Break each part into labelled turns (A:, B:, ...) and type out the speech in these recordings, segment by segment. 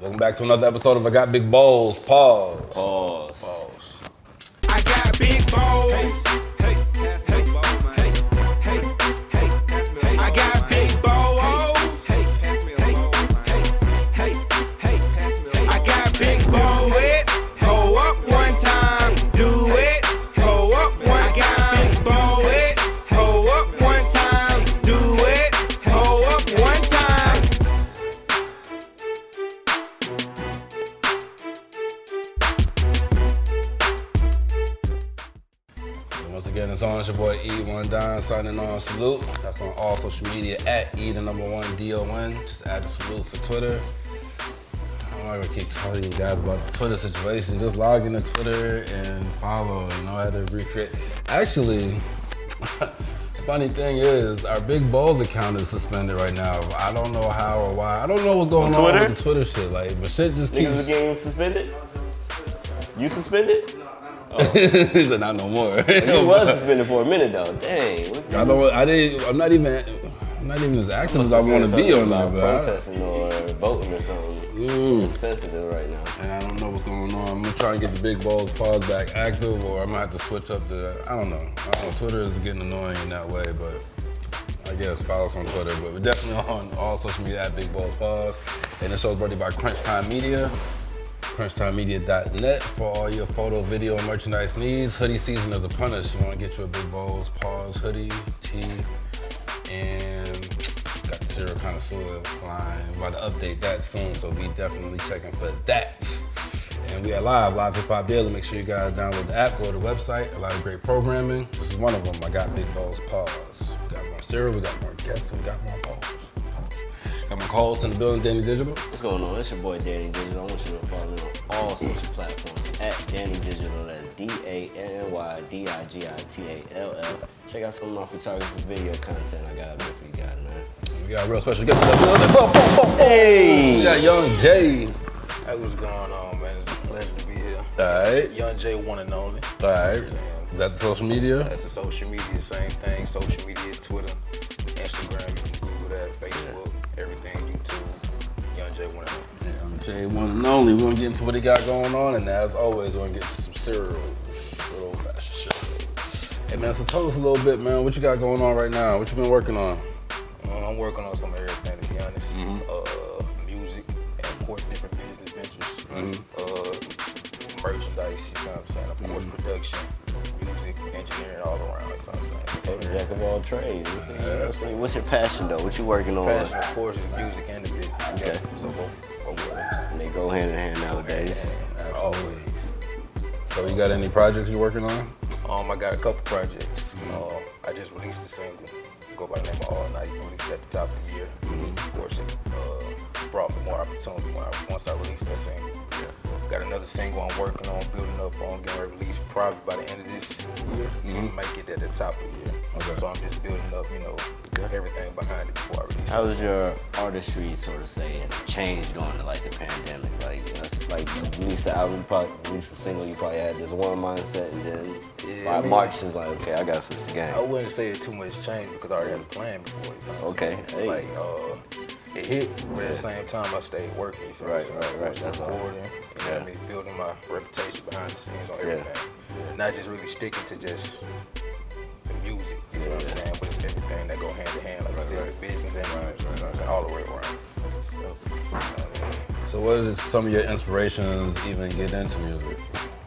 A: Welcome back to another episode of I Got Big Balls. Pause.
B: Pause.
C: I got big balls. I got big balls. I got big balls. Do it. Go up one time. Do it. Go up one time. Do it. Go up one time. Do it. Go up one time.
A: And once again, it's on. It's your boy E1 Don signing on. Salute. That's on all social media at E the number one D O N. Just add the salute for Twitter. I'm not gonna keep telling you guys about the Twitter situation. Just log into Twitter and follow. You know how to recreate. Actually, funny thing is, our Big Balls account is suspended right now. I don't know how or why. I don't know what's going on,
B: Twitter?
A: with the Twitter shit. Like, but shit just
B: Niggas is
A: keeps.
B: getting suspended? You suspended?
A: He said, not no more.
B: You was suspended for a minute though. Dang. What
A: I don't. I didn't. I'm not even. I'm not even as active as I want to be on that, but I,
B: Protesting or voting or something. It's
A: Mm.
B: sensitive right now.
A: and I don't know what's going on. I'm gonna try and get the big balls pause back active, or I'm gonna have to switch up the. I don't know. I don't know. Twitter is getting annoying in that way, but I guess follow us on Twitter. But we're definitely on all social media at Big Balls Pause, and the show's brought to you by Crunch Time Media. CrunchTimeMedia.net for all your photo, video, and merchandise needs. Hoodie season is upon us. You want to get your Big Balls Paws hoodie, tee, and got the serial connoisseur line. We're about to update that soon, so be definitely checking for that. And we are live, live hip hop daily. Make sure you guys download the app, go to the website. A lot of great programming. This is one of them. I got Big Balls Paws. We got more cereal, we got more guests, and we got more balls. Got my co-host in the building, Danny Digital.
B: What's going on? It's your boy Danny Digital. I want you to follow me on all social platforms at Danny Digital. That's D A N N Y D I G I T A L L. Check out some of my photography video content I got up there for you guys, man.
A: And We got a real special guest in the building. Boom, boom, boom, boom. We
B: Hey!
A: got Young Jay.
D: Hey, what's going on, man? It's a pleasure to be here.
A: All right,
D: Young J, one and only.
A: all right. Is that the social media?
D: That's the social media, same thing. Social media, Twitter, Instagram, you can Google that, Facebook, everything, YouTube. Young J, one and only.
A: Young Jay, one and only. We're gonna get into what he got going on, and as always, we're gonna get to some cereal, good old fashioned cereal. Hey man, so tell us a little bit, man. What you got going on right now? What you been working on?
D: Um, I'm working on some of everything to be honest. Uh, music and of course different business ventures. Uh, merchandise, you know what I'm saying? Of course production, music, engineering all around, you know what I'm saying? So,
B: Jack of all trades. You know what I'm saying? What's your passion though? What you working on?
D: passion, of course, is music and the business.
B: Okay.
D: So both, both ways.
B: They go hand in hand nowadays.
D: Always.
A: So you got any projects you working on?
D: Um, I got a couple projects. Um, I just released a single. Go by the name of All Night. Released at the top of the year. Of course, it uh, brought me more opportunity when I, once I released that single. Got another single I'm working on, building up on, getting ready to release probably by the end of this year. Might get that at the top of the year.
A: Okay.
D: So I'm just building up, you know, everything behind it before I release.
B: How was your artistry, so to say, changed during like the pandemic? Like, you know, it's like you released the album, you probably released a single, you probably had this one mindset, and then
D: Yeah, Oh,
B: by
D: I mean-
B: March it's like, okay, I gotta switch the game.
D: I wouldn't say it too much changed because I already had a plan before. You know what I'm
B: Okay, hey.
D: saying? Like, uh, it hit, but at the same time, I stayed working. You feel
B: Right,
D: what I'm saying?
B: right, right, that's all.
D: Recording, you know what
B: Yeah.
D: I mean? Building my reputation behind the scenes on
B: Yeah.
D: everything. Not just really sticking to just the music, you know what I'm saying? But it's everything that go hand in hand, like I said, the business and music, you know what I'm saying? all the way around.
A: So what is some of your inspirations even get into music?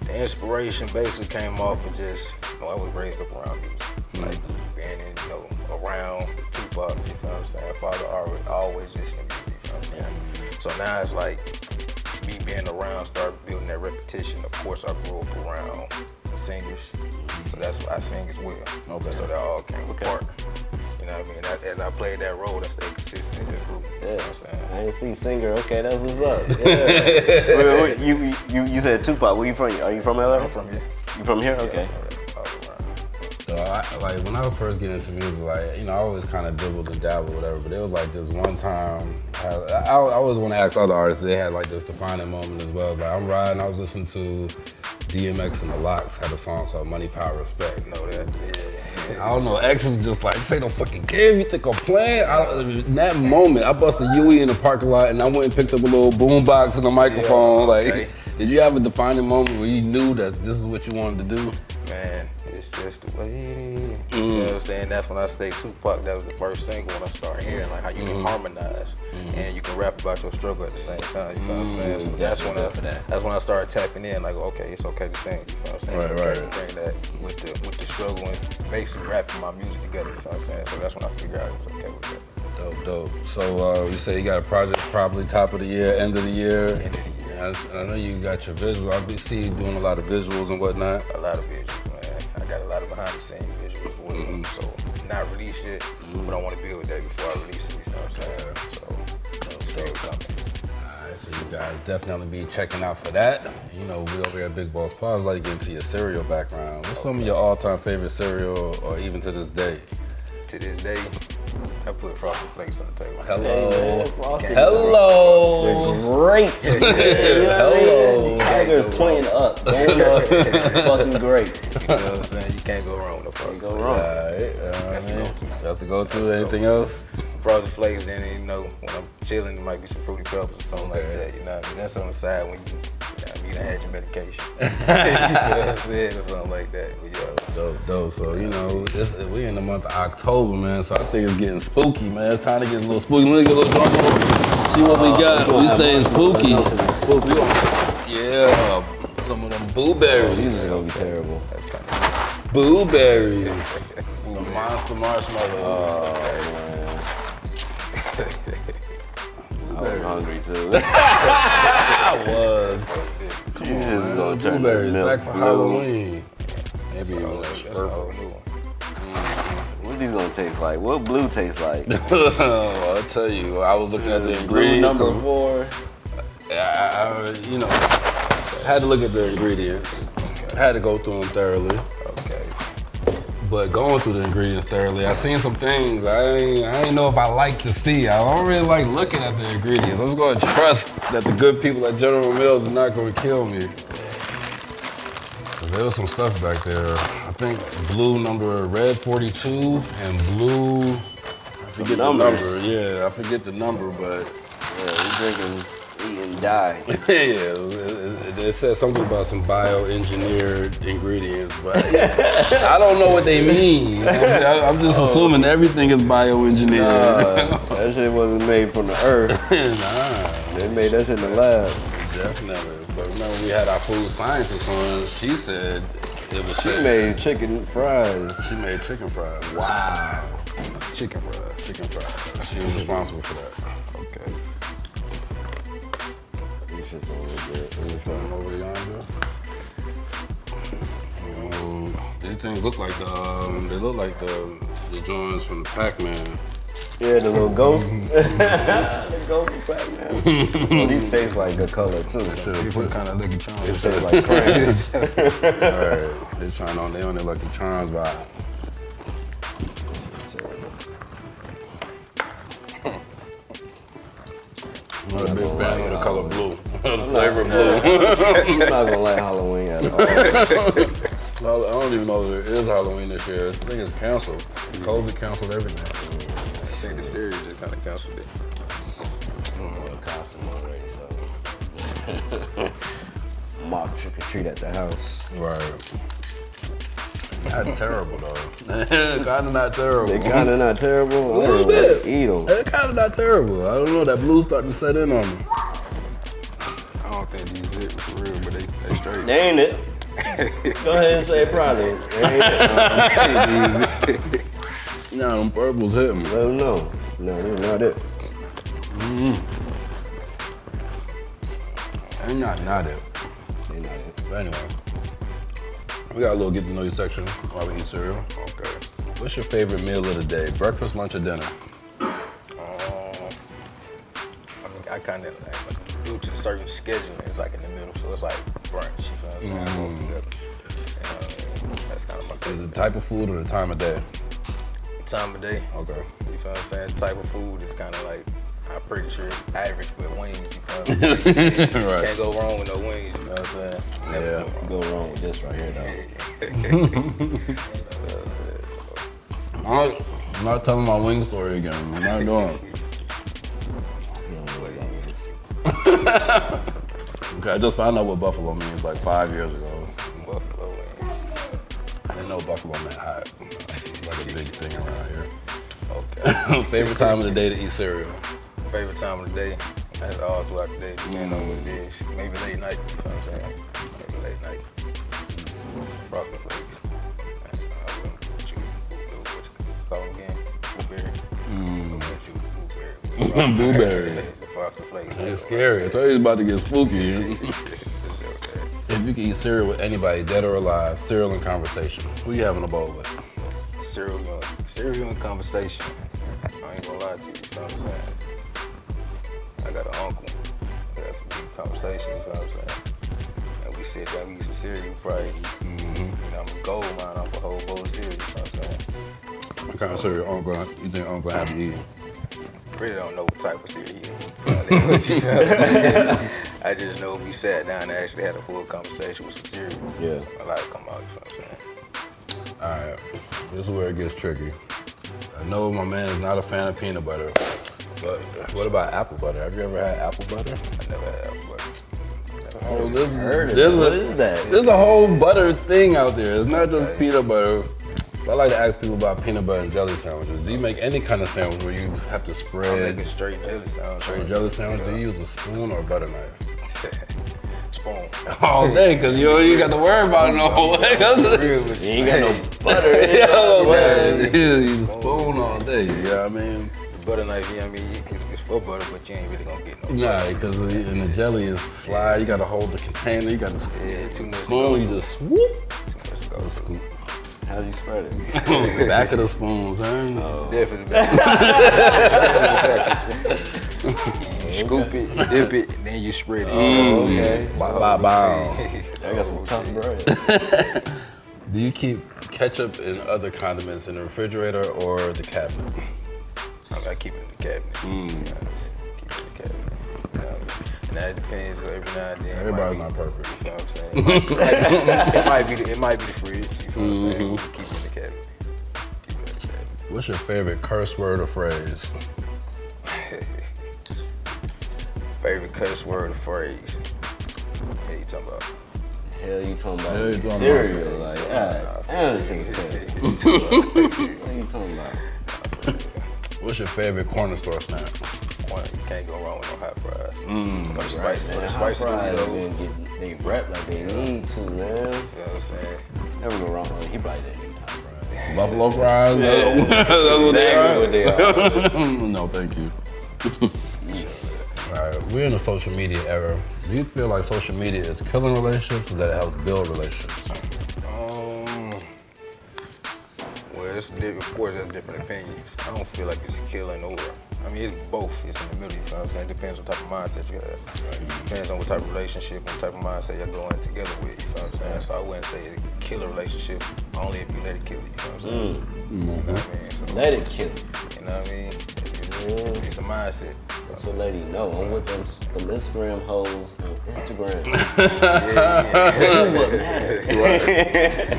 D: the inspiration basically came off of just, you know, I was raised up around music.
A: Mm-hmm.
D: Like, being in, you know, around Tupac, you know what I'm saying? Father always, always just in music, you know what I'm saying? So now it's like, me being around, start building that repetition. Of course, I grew up around singers, so that's why I sing as well.
A: Mm-hmm. Okay.
D: So that all came apart. You know what I mean? As- As I played that role, I stayed consistent in the group.
B: yeah.
D: You know what I'm saying?
B: I didn't see singer. Okay, that's what's up. Yeah. Wait, wait, you, you you said Tupac. Where you from? Are you from LA?
D: I'm from here.
B: You from here? Okay.
D: All around.
A: So I, like when I was first getting into music, like you know, I always kind of dibbled and dabbled, whatever. But it was like this one time. I, I, I always want to ask other artists. They had like this defining moment as well. Like I'm riding, I was listening to DMX and the Locks had a song called "Money, Power, Respect." You know that?
D: Yeah.
A: I don't know. X is just like, say no fucking game. You think I'm playing? I, in that moment, I busted Yui in the parking lot, and I went and picked up a little boom box and a microphone.
D: Yeah, okay.
A: Like, did you have a defining moment where you knew that this is what you wanted to do?
D: Man, it's just the way it is. You know what I'm saying? That's when I say Tupac, that was the first single when I started hearing like how you can harmonize and you can rap about your struggle at the same time. You know what I'm saying? So that's when I
B: definitely for that.
D: that's when I started tapping in, like, okay, it's okay to sing. You know what I'm saying?
A: Right,
D: You
A: right.
D: can Bring that with the with the struggle and basically rapping my music together, you know what I'm saying? So that's when I figured out it was okay with that.
A: Dope, dope. So uh, you say you got a project probably top of the year, end of the year. End of the year. I know you got your visual. I be- see you doing a lot of visuals and whatnot.
D: a lot of visuals, man. I got a lot of behind the scenes visuals for them, so not release it, but I want to build that before I release it. You know what I'm saying? So, so coming.
A: Alright, so you guys definitely be checking out for that. You know, we over here at Big Boss Pod like to get into your cereal background. What's some of your all-time favorite cereal, or even to this day?
D: To this day, I put frosted flakes on the table.
A: Hello,
B: Frosted
A: hello,
B: Great. You know what I
A: Hello.
B: mean? Tiger playing up, going up, fucking great.
D: You know what I'm saying? You can't go wrong with a frosted.
B: Go
D: Flakes.
A: All
B: wrong.
A: right, uh,
D: That's the go-to.
A: That's the go-to. Anything else?
D: Uh, Frosted flakes, then you know when I'm chilling, it might be some fruity pebbles or something like
A: Okay.
D: that. You know, what I mean? that's on the side when you, you, know, you done had your medication. you know what I'm saying? Or something like that. But yeah.
A: Dope, dope. So you know, it's, we in the month of October, man. So I think it's getting spooky, man. It's time to get a little spooky. Let me get a little drunk. See what we got.
B: Oh,
A: we staying spooky.
B: No, 'cause it's spooky.
A: Yeah, some of them
B: These are
A: blueberries,
B: gonna be terrible.
D: That's kind of
A: blueberries, Uh, the monster marshmallows.
B: I was hungry too.
A: I was.
B: you just gonna turn
A: Blueberries
B: the milk
A: back for
B: blue.
A: Halloween. Maybe
D: Oh,
A: even
D: that's a
A: purple.
D: whole new one.
B: What these gonna taste like? What blue tastes like?
A: I'll tell you, I was looking at the
B: blue
A: ingredients.
B: number four.
A: I, I, I- you know, had to look at the ingredients. Had to go through them thoroughly.
D: Okay.
A: But going through the ingredients thoroughly, I seen some things I ain't, I ain't know if I like to see. I don't really like looking at the ingredients. I'm just gonna trust that the good people at General Mills are not gonna kill me. 'Cause There was some stuff back there. I think blue number red 42 and blue. I forget the
B: numbers.
A: number. Yeah, I forget the number, but
B: Yeah, we drinking, eating, die.
A: yeah, it, it, it said something about some bioengineered ingredients, but I don't know what they mean. I'm, I'm just assuming everything is bioengineered.
B: Uh, that shit wasn't made from the earth.
A: nah,
B: They made that shit in the lab.
A: definitely. But remember, we had our food scientist on. She said it was
B: She
A: shit.
B: made chicken fries.
A: She made chicken fries. Wow. Chicken fries. Chicken fries. She was responsible for that.
B: Okay. These shit's a little bit. These shit's-
A: Going over yonder. Um, These things look like the um, they look like the the drawings from the Pac-Man.
B: Yeah, the little ghost. the ghost is black, man. Well, these taste like a color too.
A: Should have put kind of Lucky
B: These
A: Charms.
B: taste like crayons.
A: Alright, they trying on they on their Lucky Charms vibe. I'm not a big fan of the color blue, the flavor blue.
B: I'm not gonna like Halloween at all.
A: I don't even know if there is Halloween this year. I think it's canceled. COVID canceled everything.
D: I think the series just kind of canceled it.
B: I'm a costume already, so. Mob trick or treat at the house.
A: Right. Not terrible though. kind of not terrible.
B: They kind of not terrible. I
A: Little
B: don't really
A: bit.
B: eat them.
A: They're kind of not terrible. I don't know. That blue's starting to set in on me.
D: I don't think these it for real, but they, they straight.
B: They ain't it. Go ahead and say probably. They ain't it.
A: Yeah, them purples hit me.
B: Let them know. No, they're not it.
A: They're not not it.
B: They not it.
A: But anyway, we got a little get to know you section while we eat cereal. Okay. What's your favorite meal of the day? Breakfast, lunch, or dinner?
D: Um, I mean, I kind of like, due to the certain scheduling, it's like in the middle, so it's like brunch. You know what I'm saying? I woke
A: Mm-hmm.
D: it up, and, uh, that's kind of my
A: Is it
D: favorite
A: the type of food or the time of day?
D: time of day.
A: Okay.
D: You feel what I'm saying? Type of food is kind of like, I'm pretty sure average, but wings. You feel what I'm saying?
A: Right.
D: Can't go wrong with no wings. You know what I'm saying? Never
A: Yeah.
D: go wrong.
B: Go wrong with this right here, though.
D: You know what I'm saying? So,
A: I'm not telling my wing story again. I'm not doing it. Okay, I just found out what buffalo means like five years ago.
D: Buffalo wings.
A: I didn't know buffalo meant hot. It's like a big thing around here.
D: Okay.
A: Favorite time of the day to eat cereal.
D: Favorite time of the day. That's all throughout the day. Depending on what it is. Maybe late night. You know what I'm saying? Maybe late night. Frosted flakes. That's how I wouldn't do what you do. What you call them again? Blueberry. What you- Blueberry.
A: Blueberry.
D: The frosted flakes.
A: It's scary. I told you it's about to get spooky.
D: Okay.
A: If you could eat cereal with anybody, dead or alive, cereal and conversation, who you having a bowl with?
D: Serial, and- serial and conversation. I ain't gonna lie to you, you know what I'm saying? I got an uncle. We got some deep conversation, you know what I'm saying? And we sit down, we eat some cereal, probably. You know, I'm a gold mine off a whole bowl of cereal, you know what I'm saying?
A: What kind of cereal uncle, you think uncle have you eating?
D: Really don't know what type of cereal you eat. I just know if we sat down and actually had a full conversation with some cereal,
B: Yeah.
D: a lot come out, you know what I'm saying?
A: All right, this is where it gets tricky. I know my man is not a fan of peanut butter, but what about apple butter? Have you ever had apple butter?
D: I never had apple butter.
A: Oh, this,
B: Heard of
A: this
B: it.
A: is-
B: What is that?
A: There's a whole butter thing out there. It's not just peanut butter. But I like to ask people about peanut butter and jelly sandwiches. Do you make any kind of sandwich where you have to
D: I'm making
A: spread
D: straight jelly sandwich.
A: your jelly sandwich? Do you use a spoon or a butter knife?
D: Spoon.
A: All day, because Oh, you you got to worry about it all day.
D: Real with
B: You ain't got no butter. in it.
A: Yo, man. You use a spoon all day, you know what I mean?
D: Butter knife, you know what I mean? It's, it's for butter, but you ain't really gonna get no.
A: Nah, because in the jelly is slide, you got to hold the container, you got to
D: Yeah, too much. to go.
A: spoon, you just swoop,
D: Too much to
A: go
D: go.
A: scoop.
B: How do you spread it?
A: Back of the spoons, huh?
D: Definitely better. Scoop it, dip it, then you spread it.
B: Oh, Okay.
D: Oh,
A: Bye bye bye.
B: I got some tough bread.
A: Do you keep ketchup and other condiments in the refrigerator or the cabinet?
D: I gotta keep it in the cabinet. Yeah, keep it in the cabinet. You know what I mean? And that depends. So every now and then, it might
A: Everybody's
D: be-
A: not perfect.
D: You know what I'm saying? It might, it might be, the, it might be the fridge. You know what I'm saying? We Keep it in the cabinet. Keep it in the cabinet.
A: What's your favorite curse word or phrase?
D: Favorite cuss word or phrase? What you talking about?
B: Hell, you talking
A: Hell, you talking
B: about
A: about
B: cereal?
A: cereal.
B: Like, ah, damn, this nigga's crazy. What are you talking about?
A: What's your favorite corner store snack?
D: One, you can't go wrong with no hot fries. Mm, the
B: Right,
D: spice,
B: man.
D: the
B: Hot
D: spice of
B: fries
D: Doritos. You know
B: didn't get they wrapped like they need to, man.
D: what I'm saying?
B: Never go wrong. He probably didn't eat hot fries.
A: Buffalo fries?
B: Yeah.
A: That's what they
B: Exactly what they are.
A: are? no, thank you. All right, we're in a social media era. Do you feel like social media is killing relationships or that it helps build relationships?
D: Um, well, it's di- of course that's different opinions. I don't feel like it's killing or. I mean, it's both. It's in the middle. You know what I'm saying? It depends what type of mindset you have. Depends on what type of relationship, what type of mindset you're going together with. You know what I'm saying? So I wouldn't say it kill a relationship only if you let it kill you. You know what I'm saying? You know what I mean? So,
B: Let it kill. it.
D: you know what I mean? It's, it's- it's a mindset.
B: That's what let it know. I'm with them, them Instagram hoes on Instagram.
D: Yeah,
B: What matters?
D: yeah.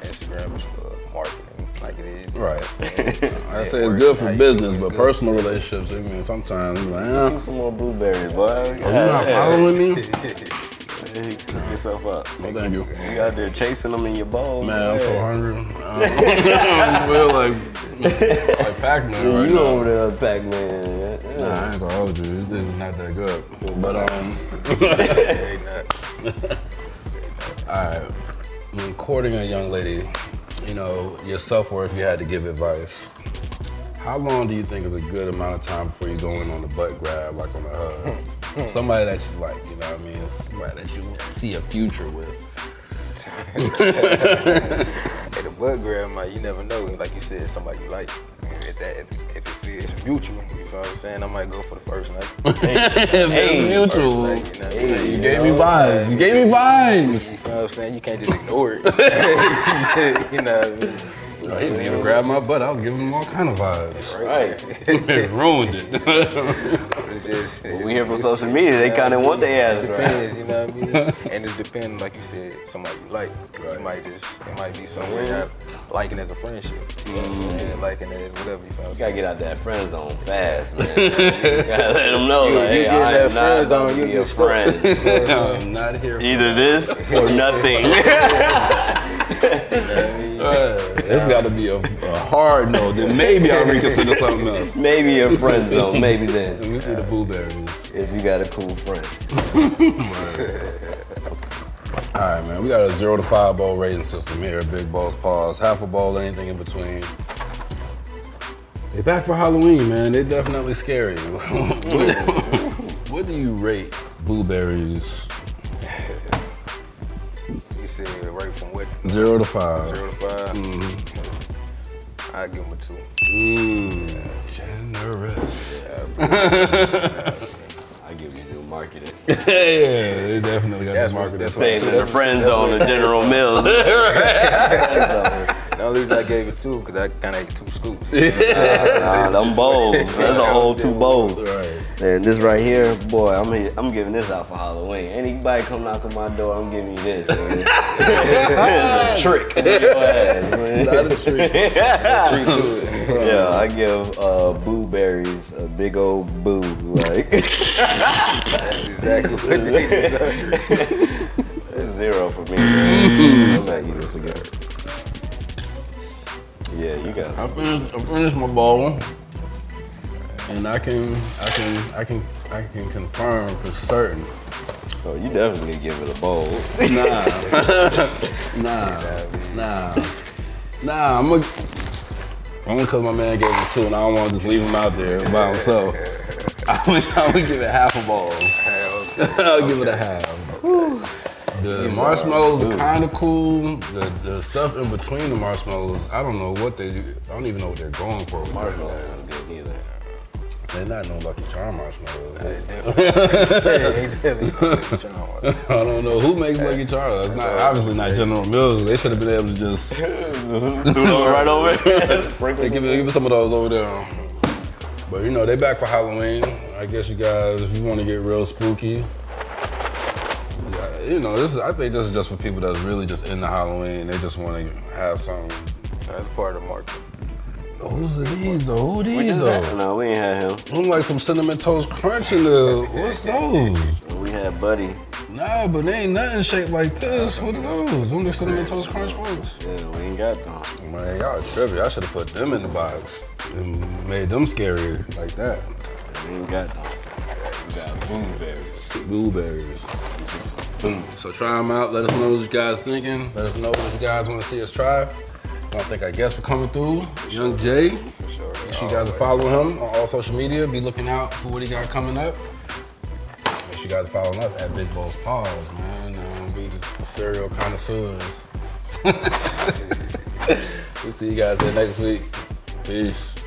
D: Instagram is for marketing, like it is.
A: Right. I say it's
D: Network,
A: good
D: how
A: for
D: you
A: business,
D: doing,
A: but
D: good.
A: personal relationships, I mean, sometimes, like, eh,
B: Eat some more blueberries, boy. Are
A: you not following me?
B: Cook yourself up.
A: No, thank you.
B: You out there chasing them in your bowl.
A: Man, I'm so hungry. I feel like, like Pac-Man right
B: You
A: now.
B: over there, Pac Man.
A: Nah, I ain't gonna hold you. This is not that good. But um,
D: They not.
A: alright. When courting a young lady, you know your self-worth. If you had to give advice, how long do you think is a good amount of time before you go in on the butt grab, like on a hug? somebody that you like, you know what I mean? Somebody that you see a future with.
D: Hey, the butt grab, like, you never know. Like you said, somebody you like. If, that, if, if it feels mutual, you know what I'm saying? I might go for the first night. First
A: hey, mutual.
D: night, you know what I'm saying?
A: You gave me vibes. You gave me vibes.
D: You know what I'm saying? You can't just ignore it. you know what I mean?
A: He didn't even grab my butt. I was giving him all kind of vibes.
B: Right.
A: It ruined it.
D: It's just
B: We hear from social media, they kinda want their ass
D: It
B: right.
D: depends, you know what I mean? and it depends, like you said, somebody you like.
A: Right.
D: You might just it might be somewhere that liking as a friendship. You know what I'm saying? Liking it as whatever you feel.
B: Mm-hmm. You gotta get out that friend zone fast, man. you gotta let them know,
D: You-
B: like,
D: you
B: hey,
D: get
B: I
D: in
B: am
D: that
B: not about
D: friend zone,
B: to
D: you
B: be a
D: get stuck.
B: friend.
A: I'm not here. for
B: Either this or nothing.
A: Uh, it's got to be a, a hard no. Then maybe I'll reconsider something else.
B: maybe a friend zone, maybe
A: Let
B: then.
A: me see the blueberries.
B: If you got a cool friend.
A: All right, man. We got a zero to five bowl rating system here. Big balls, paws, half a ball, anything in between. They back for Halloween, man. They definitely scary. what, what do you rate blueberries?
D: You said right from what?
A: Zero to five.
D: Zero to 5
B: Mm-hmm.
D: I give them a two.
A: Mm, generous.
B: I give you new marketing.
A: Yeah, they definitely got
D: That's
A: the market.
D: what-
B: Saying
D: So
B: in the
D: that's-
B: friend zone of General Mills. Friend zone.
D: The only reason I gave it two because I kind of ate two scoops.
B: Nah, them bowls. That's a whole two bowls.
A: Right.
B: And this right here, boy, I'm here, I'm giving this out for Halloween. Anybody come knock on my door, I'm giving you this. Man. it's a trick. on your ass, man.
A: Not a treat.
B: yeah,
A: Treat to it.
B: I give uh, boo berries a big old boo. Like
D: That's exactly what it is.
B: It's zero for me. Man. I'm not eating this again. Yeah, you got
A: I finished, I finished my bowl, and I can, I can, I can, I can confirm for certain.
B: Oh, you definitely gonna give it a bowl.
A: Nah, nah, nah, nah. I'm a, only because my man gave me two, and I don't want to just leave him out there by himself. I would, I would give it half a bowl. I'll give it a half. The marshmallows are kind of cool. The, the stuff in between the marshmallows, I don't know what they. I don't even know what they're going for with marshmallows.
B: Not good either.
A: They're not no Lucky Charm marshmallows.
D: Yeah,
A: I don't know who makes Lucky Charms. That's not obviously not General Mills. They should have been able to just
B: Just threw those right over. Sprinkle
A: they give, me- give me some of those over there. But you know they back for Halloween. I guess you guys, if you want to get real spooky, yeah, you know this. Is, I think this is just for people that's really just into Halloween. They just want to have some.
D: That's part of the market.
A: Who's these though? Who
B: We
A: these
B: just had,
A: though?
B: no, we ain't had him.
A: I'm like some cinnamon toast crunch in the. What's those?
B: We had Buddy.
A: Nah, but they ain't nothing shaped like this. What are those? Them the cinnamon toast crunch folks.
B: Yeah, we ain't got them.
A: Man, y'all trippy. I should have put them in the box and made them scarier like that.
B: We ain't got them. We got blueberries.
A: Blueberries. Mm. So try them out. Let us know what you guys thinking. Let us know what you guys want to see us try. I want to thank our guests for coming through. Young Jay. Make
D: Sure.
A: sure you guys are following him on all social media. Be looking out for what he got coming up. Make sure you guys are following us at Big Balls Paws, man. Um, we the cereal connoisseurs. we'll see you guys here next week. Peace.